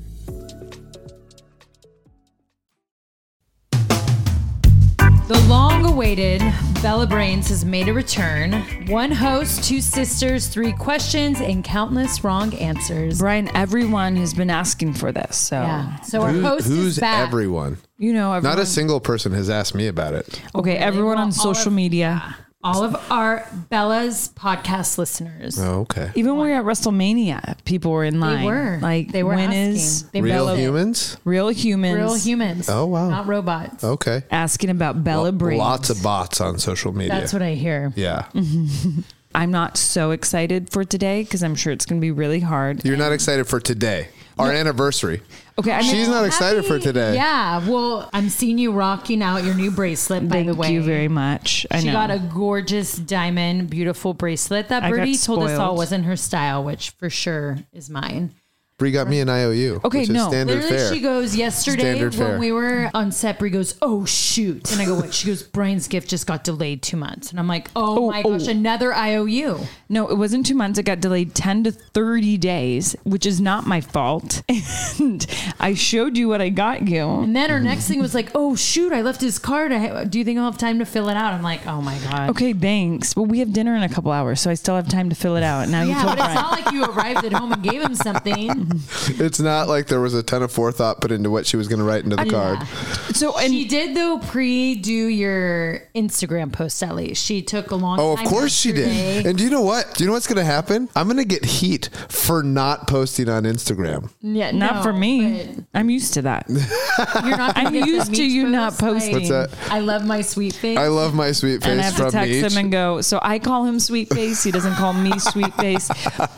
Speaker 1: The long awaited Bella Brains has made a return. One host, two sisters, three questions, and countless wrong answers.
Speaker 6: Brian, everyone has been asking for this. So
Speaker 1: Yeah. So our
Speaker 9: Who-
Speaker 1: host
Speaker 9: who's
Speaker 1: is back.
Speaker 9: everyone?
Speaker 6: you know, everyone,
Speaker 9: Not a single person has asked me about it.
Speaker 6: okay, everyone on
Speaker 1: want all
Speaker 6: social
Speaker 1: of-
Speaker 6: media.
Speaker 1: All of our Bella's podcast listeners.
Speaker 9: Oh, okay.
Speaker 6: Even when we were at WrestleMania, people were in line.
Speaker 1: They were.
Speaker 6: like
Speaker 1: they were
Speaker 6: when
Speaker 1: asking.
Speaker 6: is
Speaker 1: they
Speaker 9: Real
Speaker 1: bellowed.
Speaker 9: humans?
Speaker 6: real humans
Speaker 1: Real humans.
Speaker 9: Oh, wow.
Speaker 1: Not robots.
Speaker 9: Okay.
Speaker 6: asking about Bella Breeze?
Speaker 9: Lots of bots on social media.
Speaker 1: That's what I hear.
Speaker 9: yeah.
Speaker 6: I'm not so excited for today because I'm sure it's going to be really hard.
Speaker 9: You're not excited for today, our anniversary.
Speaker 6: Okay, I mean,
Speaker 9: She's not excited for
Speaker 1: Happy-
Speaker 9: today.
Speaker 1: Yeah. Well, I'm seeing you rocking out your new bracelet, by
Speaker 6: thank
Speaker 1: the way.
Speaker 6: you very much. I
Speaker 1: She
Speaker 6: know.
Speaker 1: got a gorgeous diamond, beautiful bracelet that
Speaker 6: I got
Speaker 1: Birdie told us all
Speaker 6: spoiled.
Speaker 1: wasn't her style, which for sure is mine.
Speaker 9: Bree got me an IOU.
Speaker 6: Okay,
Speaker 9: which
Speaker 6: no,
Speaker 9: Is standard
Speaker 1: Literally,
Speaker 9: fare.
Speaker 1: she goes yesterday
Speaker 9: Standard
Speaker 1: when
Speaker 9: fare.
Speaker 1: we were on set. Brie goes, "Oh shoot!" And I go, "What?" She goes, "Brian's gift just got delayed two months." And I'm like, "Oh,
Speaker 6: Oh,
Speaker 1: my
Speaker 6: oh.
Speaker 1: gosh, another IOU."
Speaker 6: No, it wasn't two months. It got delayed 10 to 30 days, which is not my fault. And I showed you what I got you.
Speaker 1: And then her next thing was like, "Oh shoot, I left his card. I, do you think I'll have time to fill it out?" I'm like, "Oh my god."
Speaker 6: Okay, thanks. But we have dinner in a couple hours, so I still have time to fill it out. Now you
Speaker 1: Yeah,
Speaker 6: told
Speaker 1: but it's
Speaker 6: Brian.
Speaker 1: not like you arrived at home and gave him something.
Speaker 9: It's not like there was a ton of forethought put into what she was going to write into the card.
Speaker 6: So, and
Speaker 1: She did though pre do your Instagram post at least. She took a long.
Speaker 9: Oh, of
Speaker 1: time
Speaker 9: course she did.
Speaker 1: yesterday.
Speaker 9: And do you know what? Do you know what's going to happen? I'm going to get heat for not posting on Instagram.
Speaker 1: Yeah,
Speaker 6: not
Speaker 1: no,
Speaker 6: for me. I'm used to that.
Speaker 1: but You're not. gonna
Speaker 6: I'm
Speaker 1: get the
Speaker 6: used to
Speaker 1: meat
Speaker 6: you not
Speaker 1: post, like,
Speaker 6: posting. What's
Speaker 9: that?
Speaker 1: I love my sweet face.
Speaker 9: I love my sweet
Speaker 6: And
Speaker 9: face
Speaker 6: I have to
Speaker 9: from
Speaker 6: text
Speaker 9: Beach.
Speaker 6: him and go, so I call him Sweet Face. He doesn't call me Sweet Face.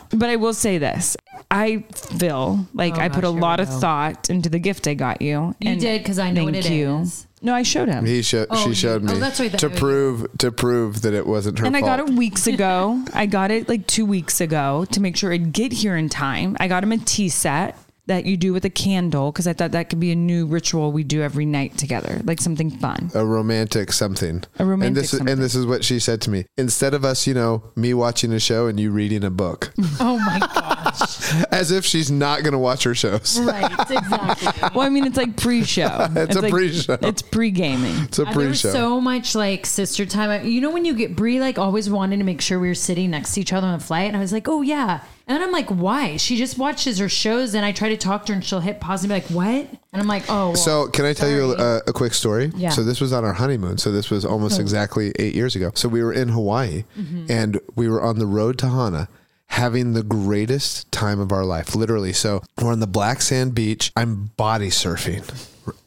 Speaker 6: But I will say this I feel like
Speaker 1: Oh,
Speaker 6: I put
Speaker 1: gosh,
Speaker 6: a
Speaker 1: here
Speaker 6: lot
Speaker 1: we
Speaker 6: of
Speaker 1: go.
Speaker 6: thought into the gift I got you.
Speaker 1: You did, 'cause I know what
Speaker 6: thank
Speaker 1: it
Speaker 6: you.
Speaker 1: is.
Speaker 6: No, I showed him.
Speaker 9: He sho-
Speaker 1: Oh,
Speaker 9: she showed
Speaker 1: you-
Speaker 9: me
Speaker 1: oh, that's right, that
Speaker 9: to
Speaker 1: video.
Speaker 9: prove to prove that it wasn't her
Speaker 6: and
Speaker 9: fault.
Speaker 6: I got it weeks ago. I got it like two weeks ago to make sure it'd get here in time. I got him a tea set that you do with a candle because I thought that could be a new ritual we do every night together, like something fun.
Speaker 9: a romantic something.
Speaker 6: A romantic
Speaker 9: and this Is,
Speaker 6: something.
Speaker 9: and this is what she said to me. Instead of us, you know, me watching a show and you reading a book,
Speaker 1: Oh my gosh!
Speaker 9: as if she's not going to watch her shows.
Speaker 1: right, exactly.
Speaker 6: Well, I mean, it's like pre-show.
Speaker 9: It's a
Speaker 6: like-
Speaker 9: pre-show.
Speaker 6: It's pre-gaming.
Speaker 9: It's a
Speaker 1: there was
Speaker 9: pre-show.
Speaker 1: so much like sister time. You know when you get Brie like always wanted to make sure we were sitting next to each other on the flight, and I was like, oh yeah. And then I'm like, why? She just watches her shows, and I try to talk to her, and she'll hit pause and be like, what? And I'm like, oh. well,
Speaker 9: So, can I tell you
Speaker 1: sorry.
Speaker 9: a, a quick story?
Speaker 1: Yeah.
Speaker 9: So, this was on our honeymoon. So, this was almost exactly eight years ago. So, we were in Hawaii
Speaker 1: Mm-hmm.
Speaker 9: and we were on the road to Hana having the greatest time of our life, literally. So, we're on the black sand beach. I'm body surfing,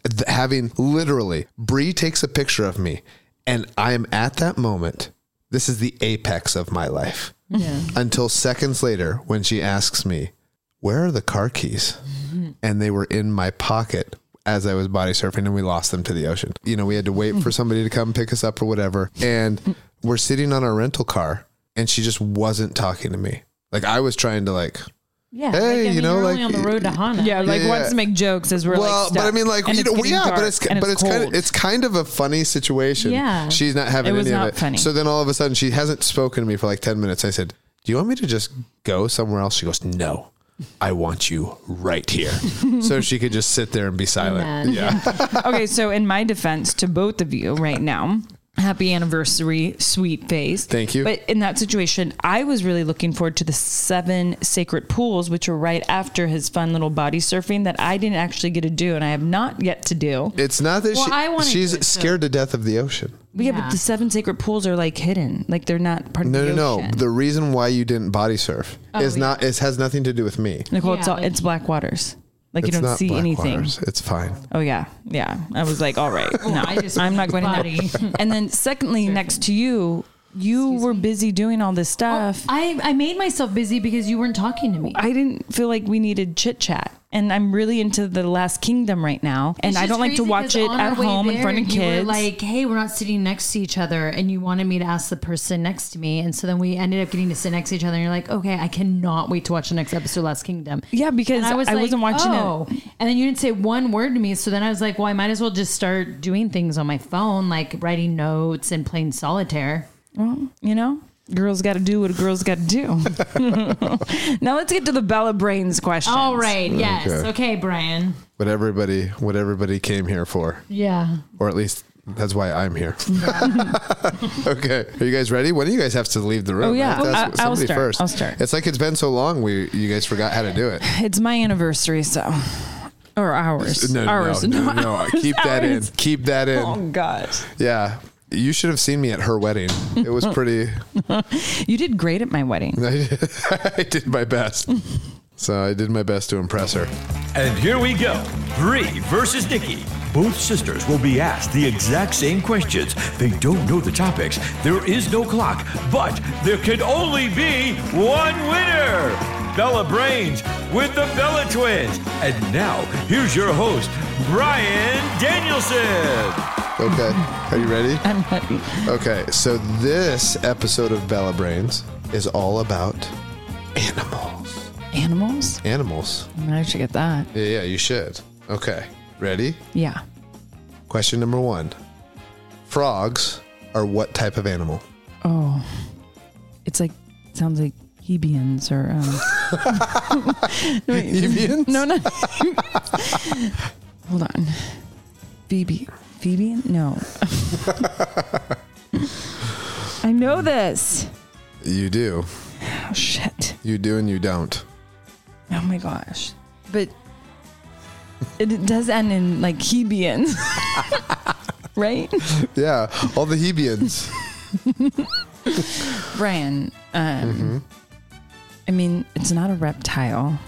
Speaker 9: Th- having literally, Bree takes a picture of me, and I am at that moment. This is the apex of my life. Until seconds later, when she asks me, Where are the car keys? and they were in my pocket as I was body surfing and we lost them to the ocean. You know, we had to wait for somebody to come pick us up or whatever. And we're sitting on our rental car and she just wasn't talking to me. Like I was trying to like
Speaker 1: Yeah.
Speaker 9: Hey, you know,
Speaker 1: you're only
Speaker 9: like-
Speaker 1: on the road to Hana.
Speaker 6: Yeah, like
Speaker 9: Yeah.
Speaker 6: wants to make jokes as we're
Speaker 9: well,
Speaker 6: like.
Speaker 9: but I
Speaker 6: stuck,
Speaker 9: mean, like
Speaker 6: and
Speaker 9: you know,
Speaker 6: getting
Speaker 9: yeah, but
Speaker 6: dark,
Speaker 9: it's
Speaker 6: and
Speaker 9: but it's kind of
Speaker 6: cold.
Speaker 9: it's kind of a funny situation.
Speaker 1: Yeah.
Speaker 9: she's not having
Speaker 6: It was
Speaker 9: any
Speaker 6: not
Speaker 9: of it.
Speaker 6: funny.
Speaker 9: So then all of a sudden she hasn't spoken to me for like ten minutes. I said, "Do you want me to just go somewhere else?" She goes, "No, I want you right here." so she could just sit there and be silent.
Speaker 1: Amen.
Speaker 9: Yeah,
Speaker 6: okay, so in my defense to both of you right now, happy anniversary, sweet face.
Speaker 9: Thank you.
Speaker 6: But in that situation, I was really looking forward to the seven sacred pools, which were right after his fun little body surfing that I didn't actually get to do and I have not yet to do.
Speaker 9: it's not that
Speaker 1: Well, I wanna
Speaker 9: she, she's
Speaker 1: do it, so-
Speaker 9: scared to death of the ocean.
Speaker 6: Yeah, but the seven sacred pools are like hidden. Like they're not part
Speaker 9: No,
Speaker 6: of the
Speaker 9: no,
Speaker 6: ocean. Oh,
Speaker 9: no. The reason why you didn't body surf is
Speaker 1: yeah.
Speaker 9: not. It has nothing to do with me.
Speaker 6: Nicole,
Speaker 1: Yeah,
Speaker 6: it's, all,
Speaker 1: like-
Speaker 6: it's black waters. Like
Speaker 9: It's
Speaker 6: you don't
Speaker 9: not
Speaker 6: see
Speaker 9: black
Speaker 6: anything.
Speaker 9: waters. It's fine.
Speaker 6: Oh yeah, yeah. I was like, all right, no,
Speaker 1: I just-
Speaker 6: I'm not going
Speaker 1: body.
Speaker 6: to. And then secondly, next to you, you were busy doing all
Speaker 1: Oh.
Speaker 6: this
Speaker 1: uh,
Speaker 6: stuff.
Speaker 1: I, I made myself busy because you weren't talking to me.
Speaker 6: I didn't feel like we needed chit chat. And I'm really into the Last Kingdom right now, and
Speaker 1: It's
Speaker 6: I
Speaker 1: just
Speaker 6: don't like to
Speaker 1: crazy
Speaker 6: watch
Speaker 1: 'cause
Speaker 6: it
Speaker 1: on
Speaker 6: at
Speaker 1: our way
Speaker 6: home in
Speaker 1: there,
Speaker 6: front of
Speaker 1: you were
Speaker 6: kids.
Speaker 1: like, hey, we're not sitting next to each other, and you wanted me to ask the person next to me, and so then we ended up getting to sit next to each other. And you're like, okay, I cannot wait to watch the next episode, of Last Kingdom.
Speaker 6: yeah, because
Speaker 1: And
Speaker 6: I, was wasn't watching
Speaker 1: oh.
Speaker 6: it.
Speaker 1: And then you didn't say one word to me. So then I was like, well, I might as well just start doing things on my phone, like writing notes and playing solitaire.
Speaker 6: Well, you know, girls got to do what a girl's got to do. now let's get to the Bella Brains question.
Speaker 1: All right. Yes.
Speaker 9: Okay.
Speaker 1: Okay, Brian.
Speaker 9: What everybody, what everybody came here for.
Speaker 1: Yeah.
Speaker 9: or at least that's why I'm here. okay, are you guys ready? When do you guys have to leave the room?
Speaker 6: Oh, yeah.
Speaker 9: right? That's-
Speaker 6: I- I'll
Speaker 9: somebody
Speaker 6: start. I'll start.
Speaker 9: It's like it's been so long. We you guys forgot how to do it.
Speaker 6: It's my anniversary, so or ours,
Speaker 9: No,
Speaker 6: ours,
Speaker 9: no, no,
Speaker 6: ours.
Speaker 9: no, Keep that in.
Speaker 6: ours.
Speaker 9: Keep that in.
Speaker 6: Oh gosh,
Speaker 9: Yeah, you should have seen me at her wedding. It
Speaker 6: Oh.
Speaker 9: was pretty.
Speaker 6: you did great at my wedding.
Speaker 9: I did, I did my best. So I did my best to impress her.
Speaker 5: And here we go. Bree versus Nikki. Both sisters will be asked the exact same questions. They don't know the topics. There is no clock, but there can only be one winner. Bella Brains with the Bella Twins. And now, here's your host, Brian Danielson.
Speaker 9: Okay, are you ready?
Speaker 6: I'm ready.
Speaker 9: Okay, so this episode of Bella Brains is all about animals.
Speaker 6: Animals?
Speaker 9: Animals.
Speaker 6: I should get that.
Speaker 9: Yeah, yeah, you should. Okay. Ready?
Speaker 6: Yeah.
Speaker 9: Question number one Frogs are what type of animal?
Speaker 6: Oh, it's like sounds like Hebians or um,
Speaker 9: Avians?
Speaker 6: no, no. Hold on, Phoebe, Phoebe? No. I know this.
Speaker 9: You do.
Speaker 6: Oh shit.
Speaker 9: You do and you don't.
Speaker 6: Oh my gosh. But it, it does end in like Hebians, right?
Speaker 9: Yeah, all the Hebians.
Speaker 6: Brian, um, I mean, it's not a reptile.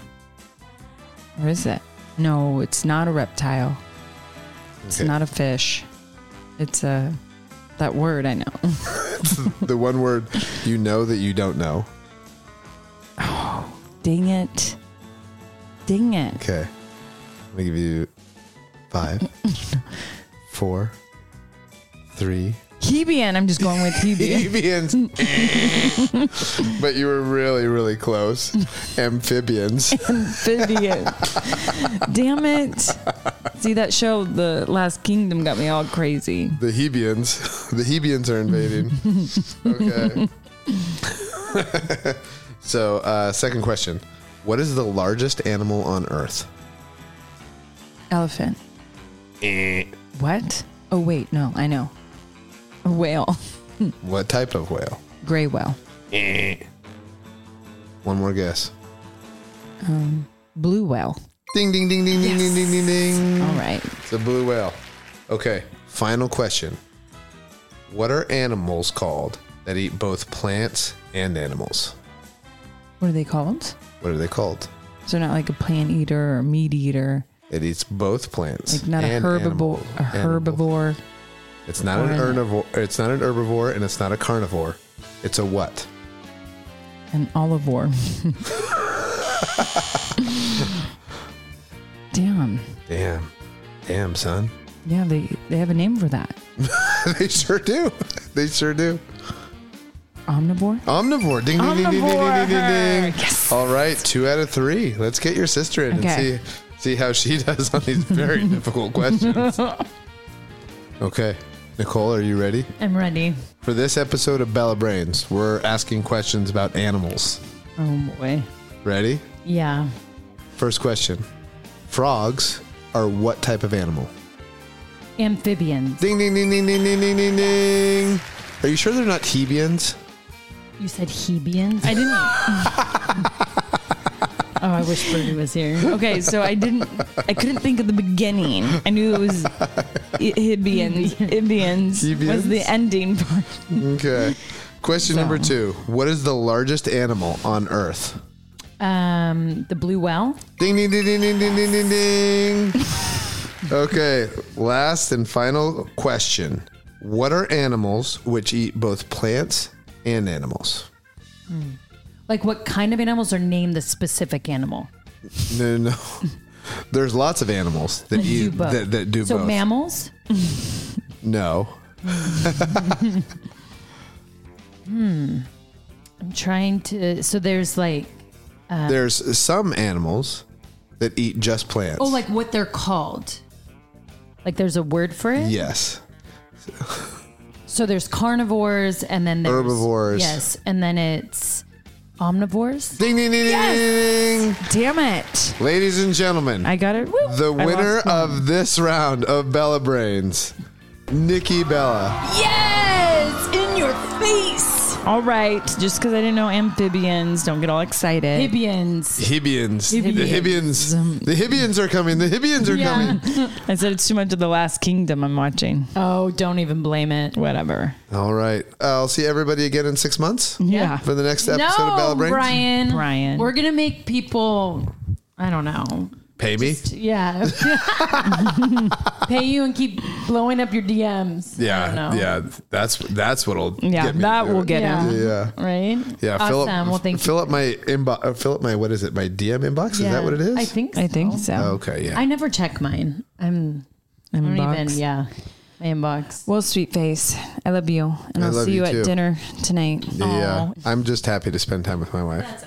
Speaker 6: Or is it? No, it's not a reptile. It's
Speaker 9: Okay.
Speaker 6: not a fish. It's a. That word I know.
Speaker 9: the one word you know that you don't know.
Speaker 6: Ding it. Ding it.
Speaker 9: Okay. I'm going to give you five, four, three.
Speaker 6: Hebian. I'm just going with Hebian.
Speaker 9: Avians. but you were really, really close. Amphibians.
Speaker 6: Amphibian. Damn it. See, that show, The Last Kingdom, got me all crazy.
Speaker 9: The Hebians. The Hebians are invading. okay. so, uh, second question. What is the largest animal on Earth?
Speaker 6: Elephant. What? Oh, wait. No, I know. A whale.
Speaker 9: What type of whale?
Speaker 6: Gray whale.
Speaker 9: One more guess.
Speaker 6: Blue whale.
Speaker 9: Ding, ding, ding, ding, ding, ding, ding, ding, ding.
Speaker 6: All right.
Speaker 9: It's a blue whale. Okay. Final question. What are animals called that eat both plants and animals?
Speaker 6: What are they called?
Speaker 9: What are they called?
Speaker 6: So not like a plant eater or a meat eater.
Speaker 9: It eats both plants.
Speaker 6: Like not a
Speaker 9: and
Speaker 6: herbivore.
Speaker 9: animal-
Speaker 6: A
Speaker 9: animal.
Speaker 6: herbivore.
Speaker 9: It's not an
Speaker 6: Or an-
Speaker 9: herbivore. It's not an herbivore, and it's not a carnivore. It's a what?
Speaker 6: An olivore. Damn.
Speaker 9: Damn. Damn, son.
Speaker 4: Yeah, they, they have a name for that.
Speaker 9: they sure do. They sure do.
Speaker 4: Omnivore?
Speaker 9: Omnivore. Ding, ding, ding, ding, ding, ding, ding, ding, ding. All right, two out of three. Let's get your sister in
Speaker 4: Okay.
Speaker 9: and see see how she does on these very difficult questions. Okay, Nicole, are you ready
Speaker 1: I'm ready.
Speaker 9: for this episode of Bella Brains? We're asking questions about animals.
Speaker 4: Oh boy.
Speaker 9: Ready?
Speaker 1: Yeah.
Speaker 9: First question: Frogs are what type of animal?
Speaker 1: Amphibians.
Speaker 9: Ding, ding, ding, ding, ding, ding, ding, ding, ding. Are you sure they're not hebians?
Speaker 1: You said hebians? I didn't. oh, I wish Birdie was here.
Speaker 4: Okay, so I didn't, I couldn't think of the beginning. I knew it was I- Ibians. Ibians was the
Speaker 9: Ibians?
Speaker 4: ending part.
Speaker 9: Okay. Question number two: What is the largest animal on Earth?
Speaker 1: Um, the blue whale.
Speaker 9: Ding ding ding ding ding ding ding ding ding. okay, last and final question. What are animals which eat both plants and animals?
Speaker 1: Like what kind of animals are named the specific animal?
Speaker 9: No, no. no. There's lots of animals that eat
Speaker 1: both.
Speaker 9: that, that do
Speaker 1: so
Speaker 9: both.
Speaker 1: mammals.
Speaker 9: no.
Speaker 1: I'm trying to. So there's like Uh.
Speaker 9: There's some animals that eat just plants.
Speaker 1: oh, like what they're called. Like there's a word for it.
Speaker 9: yes.
Speaker 1: So there's carnivores, and then there's
Speaker 9: Herbivores.
Speaker 1: Yes, and then it's omnivores.
Speaker 9: Ding ding ding ding ding.
Speaker 4: Damn it.
Speaker 9: ding. Ladies and gentlemen,
Speaker 4: I got it. Woo.
Speaker 9: the
Speaker 4: I
Speaker 9: winner
Speaker 4: lost one.
Speaker 9: of this round of Bella Brains, Nikki Bella.
Speaker 4: Yes! In your face! All right, just because I didn't know amphibians, don't get all excited.
Speaker 1: Amphibians.
Speaker 9: Hibians. The Hibians. The Hibians are coming. The Hibians are coming.
Speaker 4: I said it's too much of The Last Kingdom I'm watching.
Speaker 1: Oh, don't even blame it.
Speaker 4: Whatever.
Speaker 9: All right. Uh, I'll see everybody again in six months
Speaker 4: Yeah.
Speaker 9: for the next episode of Bella Brains.
Speaker 1: Brian.
Speaker 4: Brian.
Speaker 1: We're gonna make people. I don't know.
Speaker 9: Pay me.
Speaker 1: Yeah. Pay you and keep blowing up your DMs. I don't know.
Speaker 9: That's that's what'll
Speaker 4: Yeah, that
Speaker 9: through
Speaker 4: will
Speaker 9: it.
Speaker 4: get
Speaker 1: Yeah.
Speaker 4: him.
Speaker 9: Yeah.
Speaker 1: Right.
Speaker 9: Yeah,
Speaker 1: Awesome.
Speaker 9: fill up,
Speaker 1: well, thank
Speaker 9: fill
Speaker 1: you.
Speaker 9: up my inbox. Uh, fill up my what is it? My DM inbox. Is that what it is?
Speaker 1: I think. So.
Speaker 4: I think so.
Speaker 9: Okay, yeah.
Speaker 1: I never check mine. I'm. I don't
Speaker 4: Inbox.
Speaker 1: even. Yeah. My inbox.
Speaker 4: Well, sweet face, I love you, and
Speaker 9: I
Speaker 4: I'll
Speaker 9: love
Speaker 4: see
Speaker 9: you
Speaker 4: you,
Speaker 9: too.
Speaker 4: at dinner tonight.
Speaker 9: yeah, I'm just happy to spend time with my wife.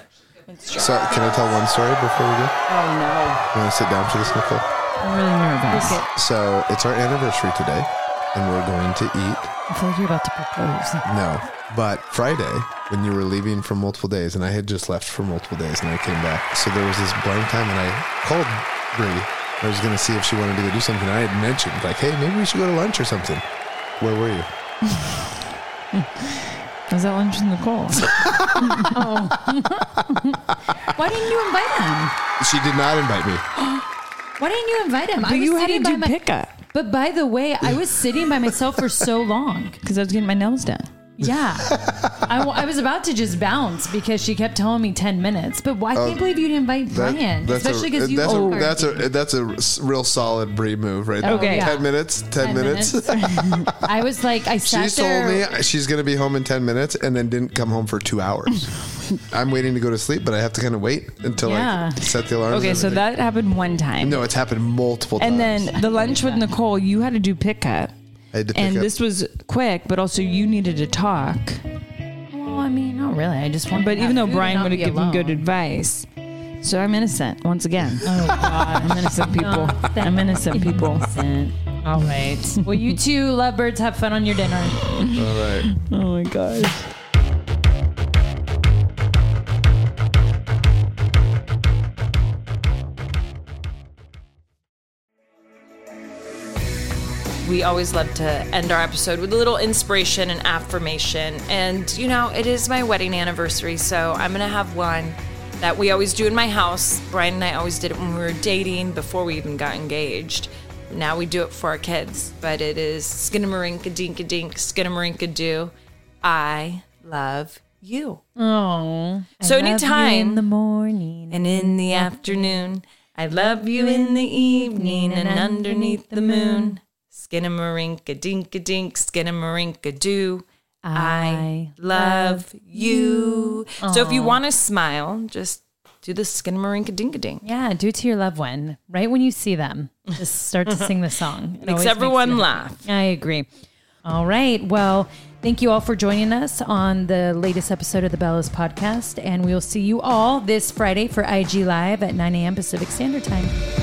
Speaker 9: So, can I tell one story before we go? Oh no! You want to sit down for this, Nicole?
Speaker 4: I'm really nervous.
Speaker 9: So, it's our anniversary today, and we're going to eat
Speaker 4: I feel like you're about to propose.
Speaker 9: No. But Friday, when you were leaving for multiple days, and I had just left for multiple days and I came back. So there was this blank time and I called Bree. I was going to see if she wanted to go do something. I had mentioned, like, hey, maybe we should go to lunch or something. Where were you?
Speaker 4: Was that lunch with Nicole?
Speaker 1: Why didn't you invite him?
Speaker 9: She did not invite me.
Speaker 1: Why didn't you invite him?
Speaker 4: but you had to
Speaker 1: sitting by
Speaker 4: do
Speaker 1: my-
Speaker 4: pickup
Speaker 1: But by the way, I was sitting by myself for so long.
Speaker 4: because I was getting my nails done.
Speaker 1: Yeah. I, w- I was about to just bounce because she kept telling me 10 minutes. But why, I can't believe you didn't invite
Speaker 9: Oh, That-
Speaker 1: Brian,
Speaker 9: that's a-
Speaker 1: especially because you
Speaker 9: that's,
Speaker 1: were
Speaker 9: a, that's a that's a s- real solid Bree move right there.
Speaker 4: Okay.
Speaker 9: ten minutes,
Speaker 1: 10
Speaker 9: ten, minutes.
Speaker 1: minutes. I was like, I
Speaker 9: She
Speaker 1: sat
Speaker 9: told
Speaker 1: there.
Speaker 9: me she's going to be home in 10 minutes and then didn't come home for two hours. I'm waiting to go to sleep, but I have to kind of wait until
Speaker 1: Yeah.
Speaker 9: I set the alarm.
Speaker 4: Okay, so that happened one time.
Speaker 9: No, it's happened multiple
Speaker 4: And
Speaker 9: times.
Speaker 4: then the lunch with Nicole, you had to do pickup,
Speaker 9: I had to pick
Speaker 4: and
Speaker 9: up.
Speaker 4: this was quick, but also you needed to talk.
Speaker 1: Well, I mean, not really. I just wanted
Speaker 4: But
Speaker 1: to
Speaker 4: even
Speaker 1: have
Speaker 4: though
Speaker 1: food
Speaker 4: Brian
Speaker 1: and not
Speaker 4: would have
Speaker 1: be
Speaker 4: given
Speaker 1: alone.
Speaker 4: good advice, so I'm innocent once again.
Speaker 1: Oh, God.
Speaker 4: I'm innocent people. I'm innocent people.
Speaker 1: All right. Well, you two lovebirds have fun on your dinner.
Speaker 9: All right.
Speaker 4: Oh my gosh.
Speaker 6: We always love to end our episode with a little inspiration and affirmation. And, you know, it is my wedding anniversary, so I'm going to have one that we always do in my house. Brian and I always did it when we were dating before we even got engaged. Now we do it for our kids, but it is skinamarink dink a dink, skinamarink doo. I love you.
Speaker 1: Oh.
Speaker 6: So anytime-
Speaker 1: in the morning.
Speaker 6: And in the afternoon, I love you in the evening and underneath the moon. Skinamarink dink a dink, skinamarink a doo. I love you. So if you want to smile, just do the Skinnamarink Dinka Ding.
Speaker 1: Yeah, do it to your loved one. Right when you see them, just start to sing the song. It
Speaker 6: Makes
Speaker 1: always
Speaker 6: everyone
Speaker 1: you-
Speaker 6: laugh.
Speaker 1: I agree. All right. Well, thank you all for joining us on the latest episode of the Bellas podcast. And we'll see you all this Friday for IG Live at 9 a.m. Pacific Standard Time.